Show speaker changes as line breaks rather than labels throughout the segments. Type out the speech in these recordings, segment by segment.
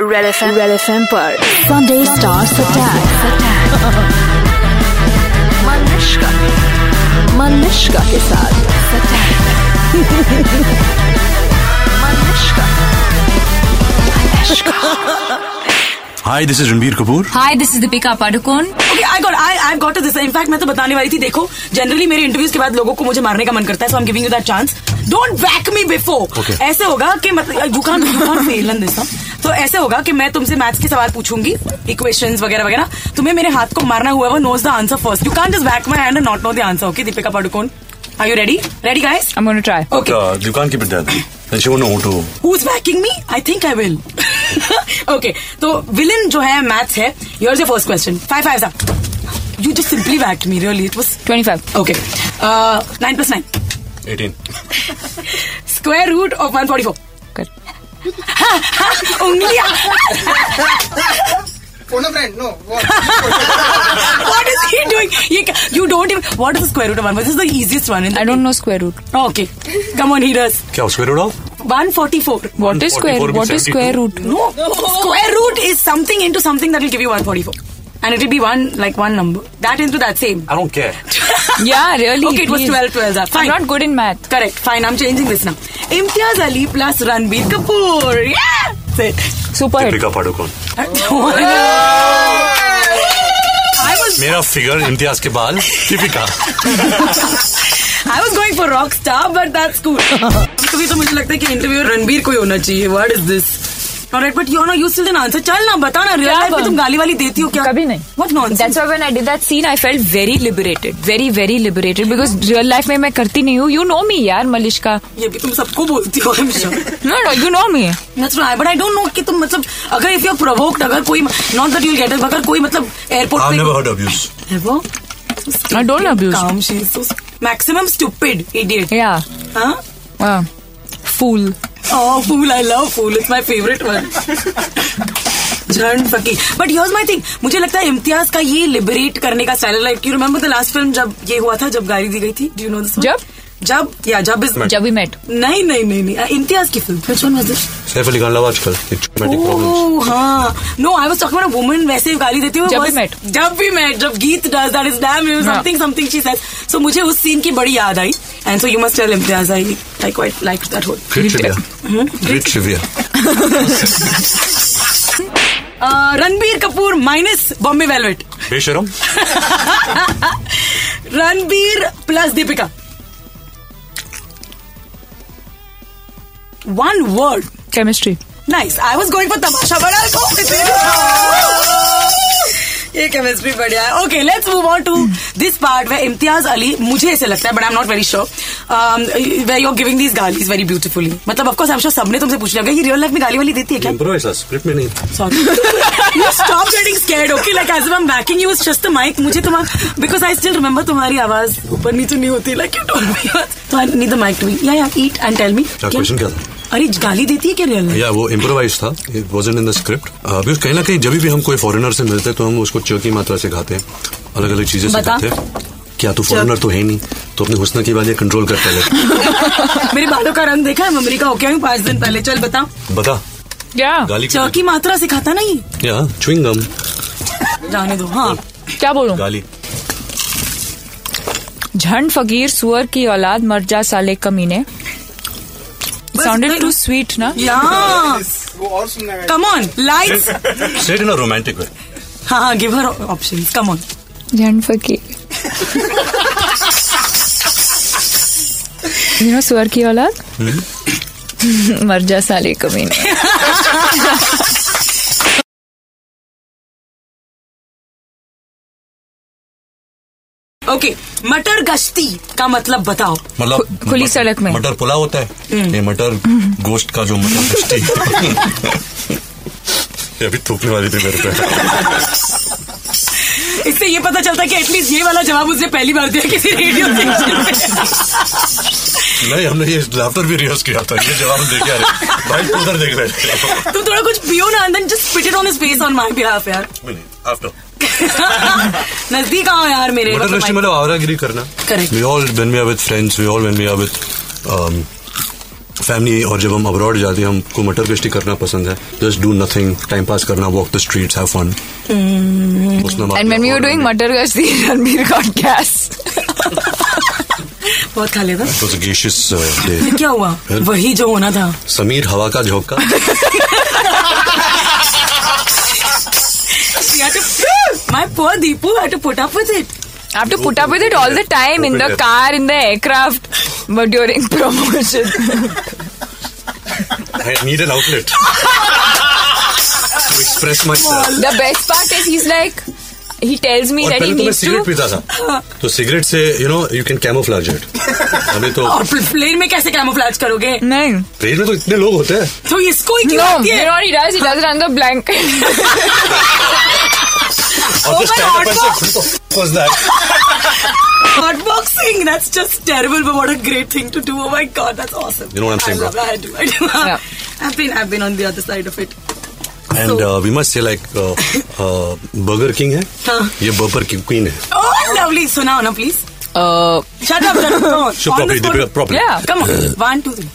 Red F M red F M पर Sunday stars attack Manushka के साथ
hi this is Ranbir Kapoor
hi this is Deepika Padukone
I got I I got this in fact मैं तो बताने वाली थी देखो जनरली मेरे इंटरव्यूज के बाद लोगों को मुझे मारने का मन करता है so I am giving you that chance don't back me before
Okay.
ऐसे होगा कि मतलब you can you can fail in this तो ऐसे होगा कि मैं तुमसे मैथ्स के सवाल पूछूंगी इक्वेशंस वगैरह वगैरह तुम्हें मेरे हाथ को मारना हुआ वो knows the answer first you can just back my hand not know the answer okay Deepika Padukone are you ready ready guys
I am gonna try
okay
you can keep it that show no to
who's backing me? I think I will. okay, तो villain जो है maths है your your first question five five था you just simply backed me really it was
25
okay nine plus nine
18
square root of one forty four
कर
उंगलियां
Phone a friend, no. What?
What is he doing ये you don't what is the square root of one this is the easiest one in
I don't know square root
okay come on हीरस
क्या उसके रोड
144
what is square
144
what is square root
no square root is something into something that will give you 144 and it will be one like one number that into that same
I don't care
या really
Okay, it was 12, 12, that's
I
fine.
Am not good in math
Correct. Fine. I'm changing this now. Imtiaz Ali plus Ranbir Kapoor. Yeah. That's it.
Super hit
Deepika Padukone
I was
मेरा figure Imtiaz के बाल दीपिका
I was going for rock star, but that's cool. कभी तो मुझे लगता है कि इंटरव्यू रणबीर को ही होना चाहिए. What is this? Alright, but you know you still didn't answer. चल ना बता ना रियल
क्या
लाइफ में
बात?
तुम गाली वाली देती हो क्या?
कभी नहीं.
What nonsense?
That's why when I did that scene, I felt very liberated, very very liberated because real life में मैं करती नहीं हूँ. You know me यार मलिश्का.
ये भी तुम सबको बोलती हो I'm sure.
No no you know me.
That's right. But I don't know कि तुम मतलब अगर if you're provoked अगर कोई not that you'll get it अगर कोई मतलब airport
आई
पे
never heard abuse
Ever?
I don't abuse.
Calm. She's so maximum stupid idiot. हाँ?
Yeah.
Huh?
Uh, fool.
Oh, fool! I love fool. It's my favorite one. झंड फकी but here's my thing मुझे लगता है इम्तियाज का ये liberate करने का style like you remember the last film जब ये हुआ था जब गाली दी गई थी डू यू नो दिस
जब?
जब या जब इज
जब we met.
नहीं नहीं नहीं नहीं uh, इम्तियाज की film which one was this
Saif Ali Khan love Aajkal
Oh,
traumatic problems
oh हां no I was talking about a woman वैसे गाली देती हुई
जब
was-
we met.
जब भी मैट जब Geet does that is damn you
हाँ.
Something something she said so मुझे उस सीन की बड़ी याद आई and so you must tell Imtiaz I I quite like that whole
great trivia great trivia
Ranbir Kapoor minus Bombay velvet
Besharam
Ranbir plus Deepika one word
Chemistry.
Nice I was going for Tamasha बड़ा को ये chemistry बढ़िया है okay let's move on to this part वे इम्तियाज अली मुझे ऐसे लगता है but I am not very sure way you are giving this गालीज वेरी ब्यूटीफुली मतलब ऑफकोर्स आई एम श्योर सबने तुमसे पूछ लिया होगा, ये रियल लाइफ में गाली वाली देती है क्या
ब्रो ऐसा स्क्रिप्ट में नहीं
Sorry. you stop getting scared, okay? Like as if I'm backing you, it's just the mic. मुझे तुम्हारा because I still remember तुम्हारी आवाज ऊपर नीचे नहीं होती like you told me. So तो I need the mic to be. Yeah, yeah. Eat and tell me.
क्या क्वेश्चन क्या था
अरे गाली देती है क्या रियल में
या वो इम्प्रोवाइज था it wasn't in the script because Uh, कहीं ना कहीं जब भी हम कोई फॉरेनर से मिलते हैं तो हम उसको च की मात्रा से खाते हैं अलग अलग चीजें
बता।
सिखाते हैं क्या तू फॉरेनर तो है नहीं तो अपने हुस्न की वाले कंट्रोल कर पहले
मेरे बालों का रंग देखा है अमेरिका होके आई हूँ पांच दिन पहले चल बता
बता
Yeah.
गाली की-
चौकी मात्रा सिखाता नहीं
या chewing gum
जाने दो हाँ
क्या बोलूं?
गाली
झंड फकीर सुअर की औलाद मर जा साले कमीने साउंडेड टू स्वीट ना
या
वो और सुनना है
come on lights
set in a romantic way
हाँ हाँ give her option come on
झंड फकीर यू नो सुअर की औलाद
Hmm?
मर जा साले कमीने
ओके मटर गश्ती का मतलब बताओ
मतलब
खु- खुली
मट-
सड़क में। हम्म।
मटर पुलाव होता है ये मटर गोश्त का जो मटर गोश्ती ये अभी थूकने वाली थी मेरे पे
इससे ये पता चलता है कि एटलीस्ट ये वाला जवाब उसने पहली बार दिया किसी रेडियो
नहीं हमने ये लाफ्टर भी रिहर्स किया था ये जवाब हम देखे आ रहे भाई उधर देख रहे हैं
तुम थोड़ा कुछ पियो ना अंदर just spit it on his face on my behalf यार
आफ्टर
नजदीक आओ यार मेरे
मटर लस्सी मतलब आवारागिरी करना
Correct.
We all when we are with friends we all when we are with family um, और जब हम अब्रॉड जाते हैं हमको मटर कश्ती करना पसंद है just do nothing time pass करना walk the streets have fun
Hmm. And when we were doing mutton gashti, Ranbir got gas.
बहुत खा लिया था
was a gaseous uh, day.
फिर क्या हुआ
फिर?
वही जो होना था
समीर हवा का झोंका
my poor Deepu had to put up with it
I have to put up with it all the time in the car, in the aircraft, but during promotion.
I need an outlet to express myself.
the best part is he's like, he tells me
और
that he
पहले तो मैं
needs
cigarette
to.
पीता था तो cigarette से you know you can camouflage it अभी तो
और प्लेन में कैसे कैमोफ्लेज करोगे
No.
ट्रेन में तो इतने लोग होते हैं
तो इसको ही
No,
खिलाती
you
है
know what he does? He does it under blanket.
और
Oh my
जो stand up and
God,
say, "Who the fuck was that?"
Hot boxing that's just terrible but what a great thing to do oh my God that's awesome
You know what I'm saying, bro?
I do, I do.
Yeah.
I've been I've been on the other side of it.
And uh, we must say like uh, uh, Burger King है
हाँ.
ये Burger King Queen है
Oh, lovely. So now, now please.
Uh,
Shut up, shut up. Come on.
Should
On
probably
the spot.
Deepika properly.
Yeah.
Come on. One, two, three.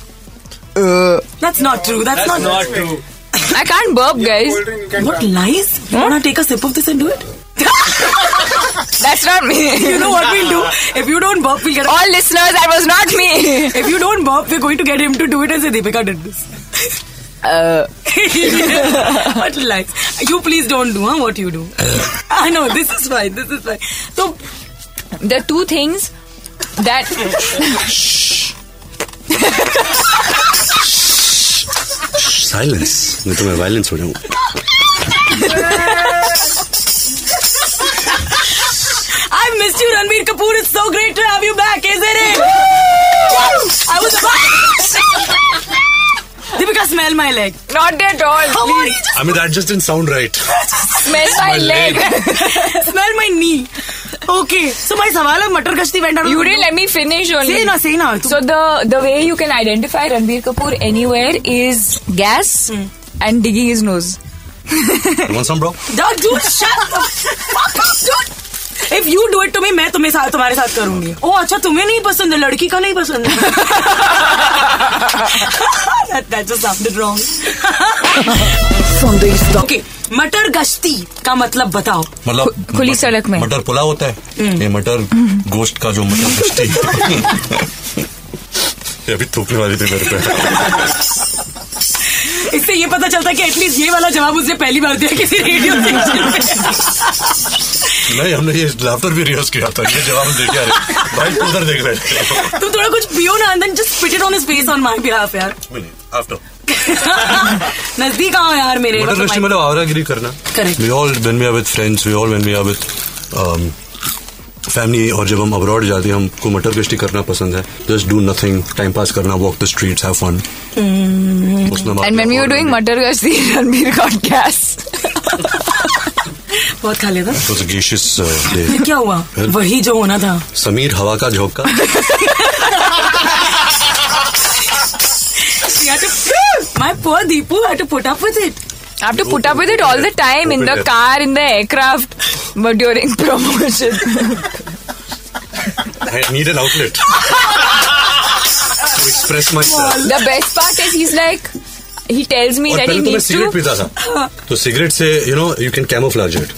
That's not true. That's,
That's
not
not true.
I can't burp, guys.
Cold drink you can
What
try.
lies? You wanna take a sip of this and do it?
That's not me.
You know what we'll do? If you don't burp, we'll get a...
All listeners, that was not me.
If you don't burp, we're going to get him to do it and say Deepika did this.
Uh,
what lies? You please don't do huh, what you do. I know, this is fine, this is fine. So,
the two things that
Silence नहीं तो मैं violence हो जाऊँ
I missed you, Ranbir Kapoor. It's so great to have you back, isn't it? I was about Deepika, smell my leg.
not at all.
How are you?
I mean that just didn't sound right
Smell my leg.
Just smell my knee. Okay. So my सवाल है मटर कश्ती went out.
You didn't let me finish only.
Say now, say now. So,
So the the way you can identify Ranbir Kapoor anywhere is gas and digging his nose.
You want some bro
dude, dude, shut the fuck up, dude. If you do it to me, मैं तुम्हें साथ तुम्हारे साथ करूंगी ओ अच्छा तुम्हें नहीं पसंद है लड़की का नहीं पसंद है that, that just sounded wrong.
Sunday Star.
Okay, मटर गश्ती का मतलब बताओ
मतलब
खु- खुली
मटर-
सड़क में। हम्म।
मटर पुलाव होता है ये मटर गोश्त का जो मटर कश्ती ये अभी थूकने वाली थी मेरे पे
इससे ये पता चलता है कि एटलीस्ट ये वाला जवाब उसने पहली बार दिया किसी रेडियो स्टेशन पे
नहीं हमने ये लाफ्टर भी रिहर्स किया था ये जवाब हम देख के आ रहे भाई उधर देख रहे हैं
तुम तो थोड़ा कुछ पियो ना and just spit it on his face on my behalf यार
आफ्टर
नजदीक आओ यार मेरे तो
मटर कश्ती मतलब आवारागिरी करना
Correct.
We all when we are with friends we all when we are with family um, और जब हम अब्रॉड जाते हैं हमको मटर कश्ती करना पसंद है just do nothing time pass करना walk the streets have fun
Hmm. And when we were doing Matar Gashti, Ranbir got gas.
बहुत खा लिया था
was a gaseous uh, day.
फिर क्या हुआ
फिर?
वही जो होना था
समीर हवा का झोंका
my poor Deepu had to put up with it
I have to put up with it all the time in the car, in the aircraft, but during promotion.
I need an outlet to express myself.
The best part is he's like, he tells me
और
that he
पहले तो मैं
needs
cigarette
to.
पीता था तो cigarette से you know you can camouflage it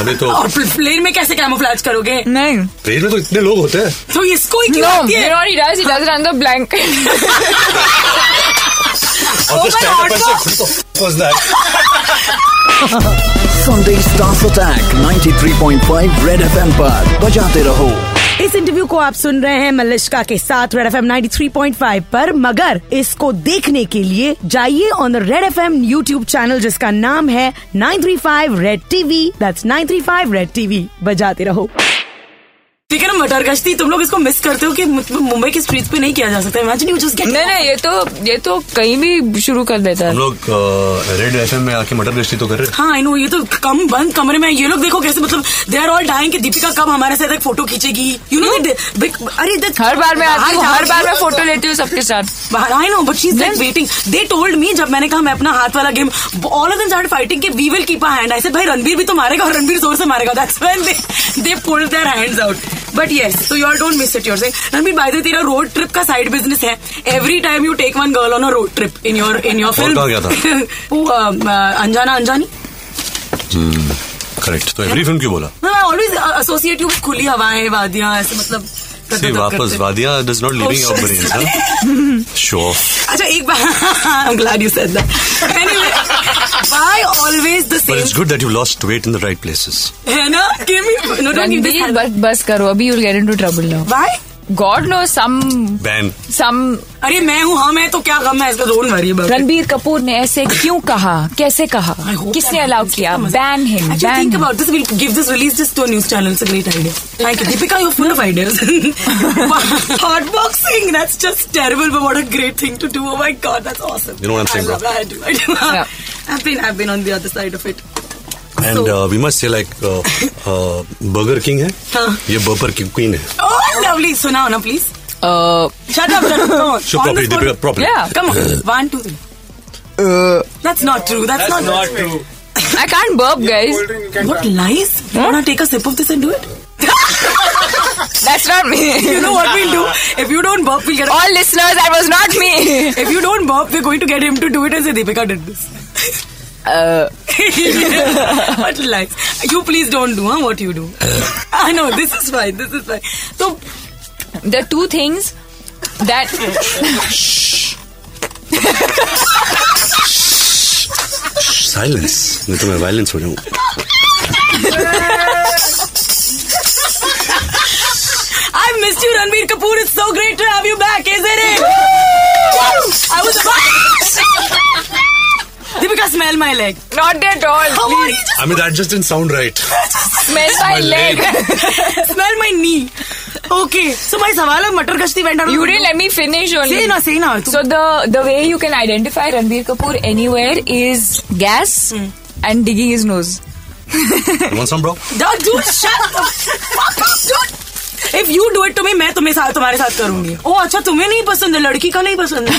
अभी तो
Oh.
और प्लेन में कैसे कैमोफ्लेज करोगे
No.
ट्रेन में तो इतने लोग होते हैं
Oh
तो इसको ही
No,
खिलाती
you know
है
what he does? He does it under blanket.
और
Oh
जो
my
stand up
God,
and say, "Who the fuck was तो- that?"
Sunday Stars Attack 93.5 Red FM पर बजाते रहो
इस इंटरव्यू को आप सुन रहे हैं मलिश्का के साथ रेड एफ एम पर मगर इसको देखने के लिए जाइए on the red F M YouTube channel जिसका नाम है 935 Red TV that's 935 Red TV बजाते रहो
ठीक है ना मटर गश्ती तुम लोग इसको मिस करते हो कि मु- मुंबई के स्ट्रीट पे नहीं किया जा सकता इमेजिन यू जस्ट
नहीं
गेट
नहीं ये तो ये तो कहीं भी शुरू कर देता
हम
है
लोग रेड एफ में आके मटर गश्ती तो कर रहे हैं
हाँ आई नो ये तो कम बंद कमरे में है। ये लोग देखो कैसे मतलब दे आर ऑल डाइंग कि दीपिका कब हमारे साथ एक फोटो खींचेगी यू नो अरे that-
हर बार मैं आती हूँ
बाहर
हर
जाओ।
बार मैं फोटो लेती हूँ सबके साथ
बाहर I know but she is
Then-
waiting they told me जब मैंने कहा मैं अपना हाथ वाला game all of them start fighting के we will keep a hand I said भाई रणबीर भी तो मारेगा और रणबीर जोर से मारेगा that's when they they pulled their hands out but yes so you don't miss it your Ranbir by the तेरा रोड ट्रिप का साइड बिजनेस है every time you take one girl on a road trip in your in your
और कहाँ गया
film वो um, uh, Anjaana Anjaani
correct तो every film क्यों बोला
I always associate you with खुली हवाएं वादियां ऐसे मतलब करते-
See,
करते-
वापस
करते।
वादिया does not living
Oh,
our
shit.
Brain हां शो ऑफ
अच्छा एक बार आई am glad you said that anyway why always the
but it's
same
good that you lost weight in the right places
है ना give me no don't give this
Ranbir बस बस करो अभी you get into trouble now
why
God no some
ban
some
अरे मैं हूँ हम है तो क्या गम है इसका don't worry about
Ranbir Kapoor ने ऐसे क्यों कहा कैसे कहा किसने अलाउ किया ban him ban
think about this will give this release this to news channel it's a great idea thank you Deepika you full of ideas hot boxing that's just terrible but what a great thing to do oh my God that's awesome
You know what I'm saying, bro?
I do. I do.
Yeah.
I've been I've been on the other side of it.
And we must say like uh, Burger King है
हाँ.
ये Burger King queen है
Oh, lovely. So now, now please.
Him
Shut up, shut up. Come
So
on. On
properly,
the spot.
Deepika, properly.
Yeah.
Come on. One, two, three. That's not true. That's,
That's
not
not true.
I can't burp guys
Cold drink you can
What
try.
lies? You wanna take a sip of this and do it?
That's not me
You know what we'll do? If you don't burp, we'll get a
all listeners that was not me
If you don't burp, we're going to get him to do it and say Deepika did this. but like, you please don't do huh, what you do. I know, this is fine, this is fine. So,
the two things that
silence नहीं तो मैं violence हो जाऊं
I missed you, Ranbir Kapoor. It's so great to have you back, isn't it? I was about Deepika, smell my leg.
not at all
Come on, you
I mean that just in sound right
smell my leg
just smell my knee. Okay, so my सवाल है मटर कश्ती went out. of
you
the
didn't let me finish only
Say na, say na.
so the the way you can identify Ranbir Kapoor anywhere is gas and digging his nose
want some bro
Don't do it. Shut the fuck up, dude. If you do it to me, मैं तुम्हें साथ तुम्हारे साथ करूंगी ओ अच्छा तुम्हें नहीं पसंद है लड़की का नहीं पसंद है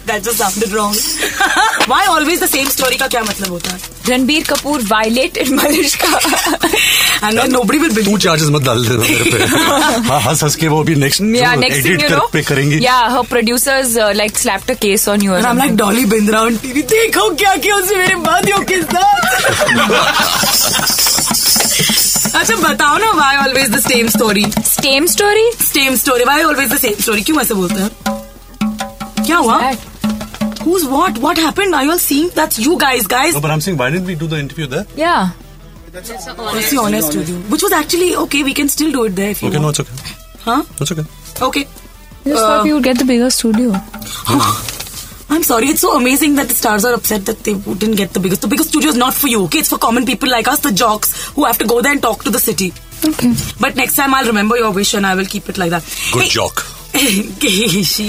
that, that just sounded wrong. Why always the same story का क्या मतलब होता है
Ranbir Kapoor violated Malishka
And then nobody will
तू
believe.
चार्जेस मत डाल देना मेरे पे हाँ हंस हंस के वो भी next
yeah next thing
edit
you
कर
know
पे करेंगी
yeah her producers uh, like slapped a case on you or
And I'm like
something.
Dolly Bindra on TV. देखो क्या क्या उसने मेरे बाधियों के साथ अच्छा बताओ ना why always the same story?
same story
Same story. Why always the same story? क्यों ऐसे बोलते हैं क्या हुआ Who's what? What happened? Are you all seeing? That's you guys, guys.
No, but I'm saying, why didn't we do the interview there?
yeah
Let's be honest with you. Which was actually okay. We can still do it there if you
Okay, no,
want.
it's okay.
Huh?
It's okay.
Okay.
just thought we would get the bigger studio
I'm sorry. It's so amazing that the stars are upset that they didn't get the biggest. The biggest studio is not for you. Okay, it's for common people like us, the jocks, who have to go there and talk to the city.
okay
But next time I'll remember your wish and I will keep it like that.
Good
Hey-
jock.
Geishi.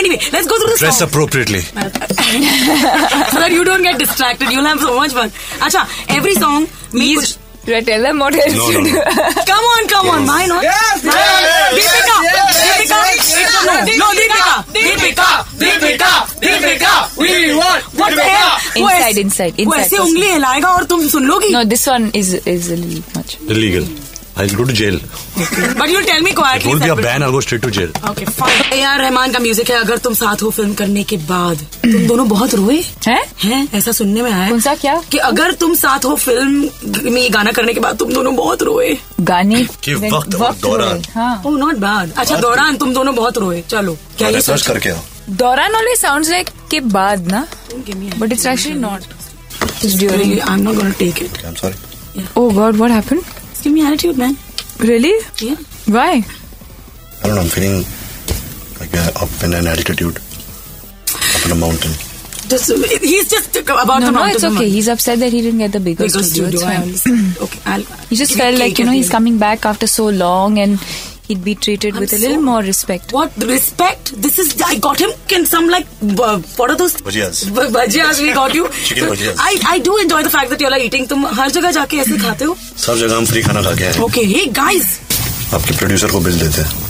anyway, let's go through the
Dress
song.
appropriately.
so that you don't get distracted. You'll have so much fun. Acha, every song means.
Do I tell them what else
No,
to
no,
do?
Come on, come on, why not?
Yes,
Why
yes,
not?
yes,
Deepika,
yes,
Deepika,
yes,
Deepika,
yes.
no, Deepika, Deepika, Deepika, Deepika, we want. What the hell? वो
Inside,
ऐसे-
inside,
वो
inside
ऐसे
person.
उंगली हिलाएगा और तुम सुन लोगी
No, this one is is a little much.
Illegal. I'll go to jail.
But you tell me
It
quietly
won't be a ban, I'll go straight to jail.
Okay fine यार रहमान का music है अगर तुम साथ हो film करने के बाद तुम दोनों बहुत रोए
हैं?
हैं ऐसा सुनने में आया
कौन सा क्या?
कि अगर तुम साथ हो फिल्म में गाना करने के बाद तुम दोनों बहुत रोए
गाने
कि वक्त और दौरान।
हुए, हाँ
ओह नॉट बैड अच्छा दौरान तुम दोनों बहुत रोए चलो क्या ये
सर्च करके आओ.
दौरान ऑलवेज साउंड्स लाइक के बाद ना
but
but it's actually not it's during
I am not gonna take it
I'm sorry.
Oh God what happened
Give me attitude, man.
Really
Yeah.
Why
I don't know, I'm feeling like uh, up in an altitude. Up in a mountain.
Just he's just about
No,
the
no,
mountain.
it's okay. He's upset that he didn't get the bigger
Because
studio.
studio,
It's
I
fine.
understand. okay, I'll.
He just felt like you know he's coming back after so long and he'd be treated
I'm
with a
so-
little more respect.
What respect? This is I got him in some like uh, what are those?
Bhajiyas.
B- Bhajiyas we got you.
Chicken bhajiyas.
I I do enjoy the fact that you're like eating. तुम हर जगह जाके ऐसे खाते हो?
सब जगह हम फ्री खाना खा के आए हैं.
Okay, hey guys.
आपके प्रोड्यूसर को बिल देते हैं.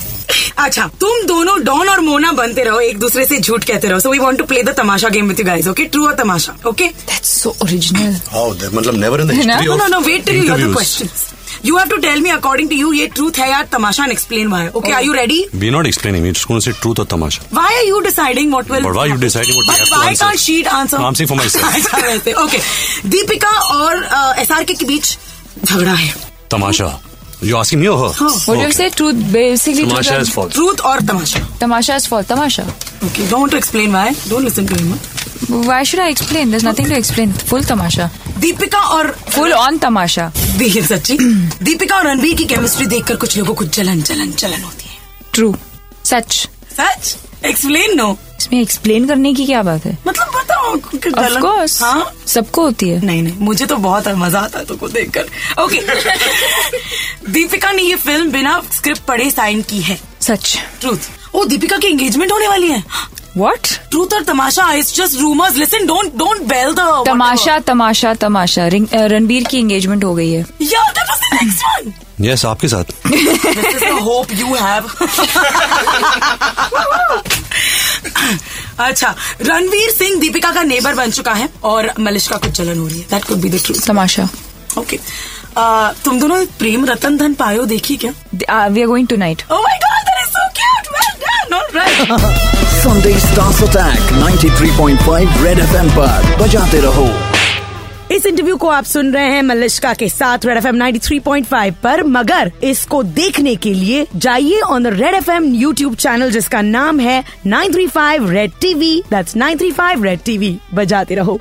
अच्छा तुम दोनों डॉन और मोना बनते रहो एक दूसरे से झूठ कहते रहो so we want to play the Tamasha game with you guys okay true और Tamasha okay
That's so original.
How? that- मतलब never in the
ना?
history
no
of
no no wait till you
interviews.
Questions you have to tell me according to you ये truth है या Tamasha and explain why okay are you ready
We're not explaining. We're just going to say truth or tamasha.
Why are you deciding what will?
But why you deciding what we
But
have to
why
answer?
can't she answer?
I'm saying for myself.
अच्छा, वैसे okay Deepika और uh, S R K बीच झगड़ा है
Tamasha. You asking me or her?
What do you say? Truth basically. truth
Tamasha
and-
is false.
Truth और Tamasha
Tamasha is false. Tamasha.
Okay don't to explain why don't listen to him
Why should I explain? There's nothing to explain. Full tamasha.
Deepika और
Full on tamasha.
देखिए सच्ची दीपिका और रणबीर की chemistry देखकर कुछ लोगों को जलन जलन जलन होती है
True. सच
सच एक्सप्लेन नो
इसमें एक्सप्लेन करने की क्या बात है
मतलब बताओ कि
ऑफ
जलन
कोर्स
हाँ
सबको होती है
नहीं नहीं मुझे तो बहुत मजा आता है तुमको देखकर ओके दीपिका ने ये फिल्म बिना स्क्रिप्ट पढ़े साइन की है
सच
ट्रूथ ओ दीपिका की एंगेजमेंट होने वाली है
व्हाट
ट्रूथ और Tamasha is just rumours listen don't don't bell the
Tamasha Tamasha Tamasha ring- uh, Ranbir की एंगेजमेंट हो गई है
या that was the next one
Yes, आपके साथ.
This is the hope you have अच्छा रणवीर सिंह दीपिका का नेबर बन चुका है और मलिश्का को जलन हो रही है that could be the truth
Tamasha
okay Uh, तुम दोनों प्रेम रतन धन पायो देखी क्या
we are going tonight
Oh my god, that is so cute! Well done! All right.
Sunday Stars Attack 93.5 Red FM पर बजाते रहो
इस इंटरव्यू को आप सुन रहे हैं मलिश्का के साथ red F M ninety three point five पर मगर इसको देखने के लिए जाइए on the red F M YouTube channel जिसका नाम है nine three five red TV that's nine three five red TV बजाते रहो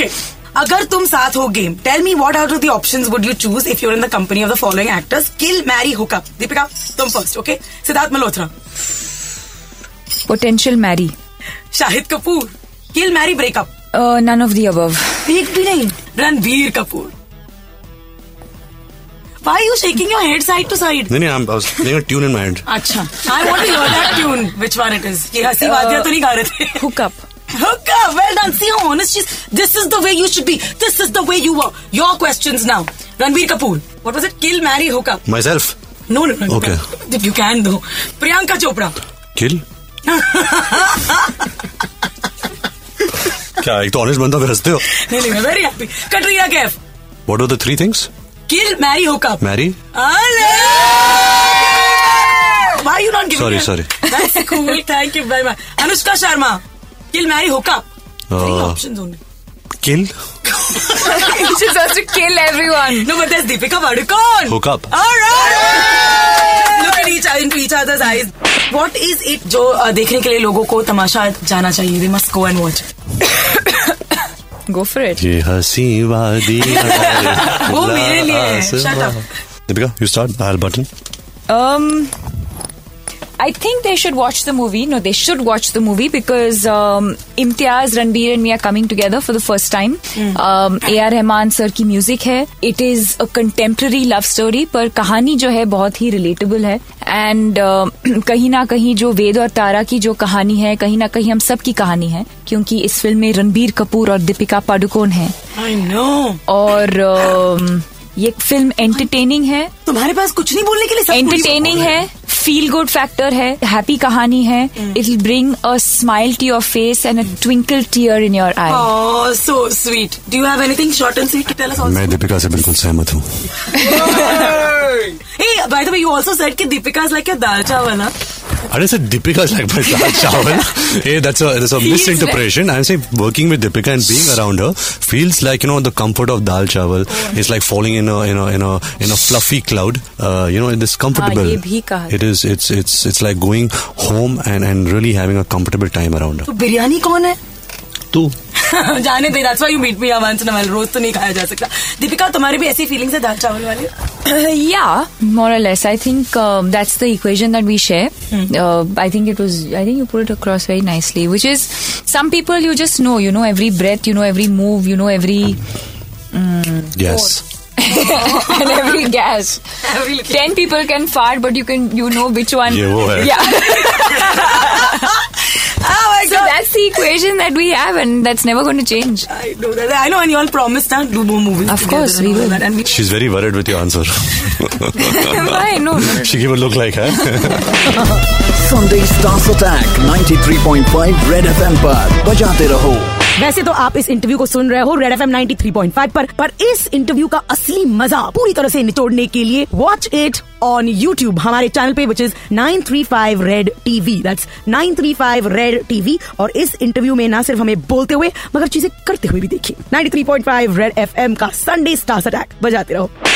Okay. अगर तुम साथ हो game tell me what out of the option would you choose if you're in the company of the following actors kill marry hook up Deepika तुम first okay Siddharth Malhotra
potential marry
Shahid Kapoor kill marry breakup
none of the above
एक भी नहीं Ranbir Kapoor Why are you shaking your head side to side?
नहीं नहीं I'm- I was playing a tune in my head.
अच्छा I want to hear that tune. Which one it is? ये हंसी वादिया तो नहीं गा रहे थे
hookup
Hookah, well done. See how honest she's. This is the way you should be. This is the way you were. Your questions now. Ranbir Kapoor. What was it? Kill, marry, hook up.
Myself.
No, no, no.
Okay.
If you can though. Priyanka Chopra.
Kill. क्या एक तो honest बंदा फिर हंसते हो
No, no, very happy. Katrina Kaif.
What are the three things
Kill, marry, hook up.
Marry
Ale! Why are you not giving
Sorry,
her-
sorry.
That's cool. Thank you very much. Anushka Sharma. Kill, marry, hook up. Three
Uh.
options only.
Kill
she has to kill everyone
No, but there's Deepika Padukone.
Hook up.
All right. Look at each into each other's eyes. What is it जो अ, देखने के लिए लोगों को तमाशा जाना चाहिए? They must go and watch.
go for it
ये हंसी वादी
वो मेरे लिए है. Shut up.
Deepika you start I button
Um, I think they should watch the movie. No, they should watch the movie because um, Imtiaz, Ranbir, and me are coming together for the first time. Um, A.R. Rahman sir की music है. It is a contemporary love story पर कहानी जो है बहुत ही relatable है. And um, कहीं ना कहीं जो वेद और तारा की जो कहानी है कहीं ना कहीं हम सब की कहानी है क्योंकि इस फिल्म में रणबीर कपूर और दीपिका पाडुकोण हैं
I know.
और um, ये फिल्म एंटरटेनिंग है
तुम्हारे पास कुछ नहीं बोलने के लिए सब कुछ-
एंटरटेनिंग है फील गुड फैक्टर है हैप्पी कहानी है it will bring a smile to your face and a twinkle tear in your I
Oh, so sweet. Do you have anything short and sweet to tell us also?
मैं दीपिका से बिल्कुल सहमत हूँ
Hey, by the way, you also said कि Deepika is like your dal chawal, huh?
अरे sir Deepika is like my dal chawal a that's a that's a misinterpretation I am saying working with Deepika and being around her feels like you know the comfort of dal chawal it's like following in in in in a fluffy cloud you know it is comfortable
ये भी कहा
it is it's it's it's like going home and and really having a comfortable time around
तो बिरयानी कौन है?
तू
जाने दे that's why you meet me here once in a while. रोज तो नहीं खाया जा सकता. Deepika, तुम्हारी भी ऐसी feelings है दाल चावल वाली?
या मोर और less I think that's the equation that we share I think it was I think you put it across very nicely which is some people you just know you know every breath you know every move you know every
yes
and every guess
Every little-
ten people can far but you can you know which one
ये वो है।
yeah
Oh my
So
God,
that's the equation that we have, and that's never going to change.
I know that. I know, and you all promised to do more movies.
Of
together
course,
and
we
all
will.
That. And we,
She's very worried with your answer.
Why? No, no.
she gave a look like, huh?
Sunday Stars Attack 93.5 Red FM पर बजाते रहो
वैसे तो आप इस interview को सुन रहे हो red F M ninety three point five पर पर इस इंटरव्यू का असली मजा पूरी तरह से निचोड़ने के लिए वॉच इट ऑन यूट्यूब हमारे चैनल पे which is nine three five red TV that's nine three five red TV और इस इंटरव्यू में ना सिर्फ हमें बोलते हुए मगर चीजें करते हुए भी देखिए 93.5 three point five red F M का संडे स्टार्स अटैक बजाते रहो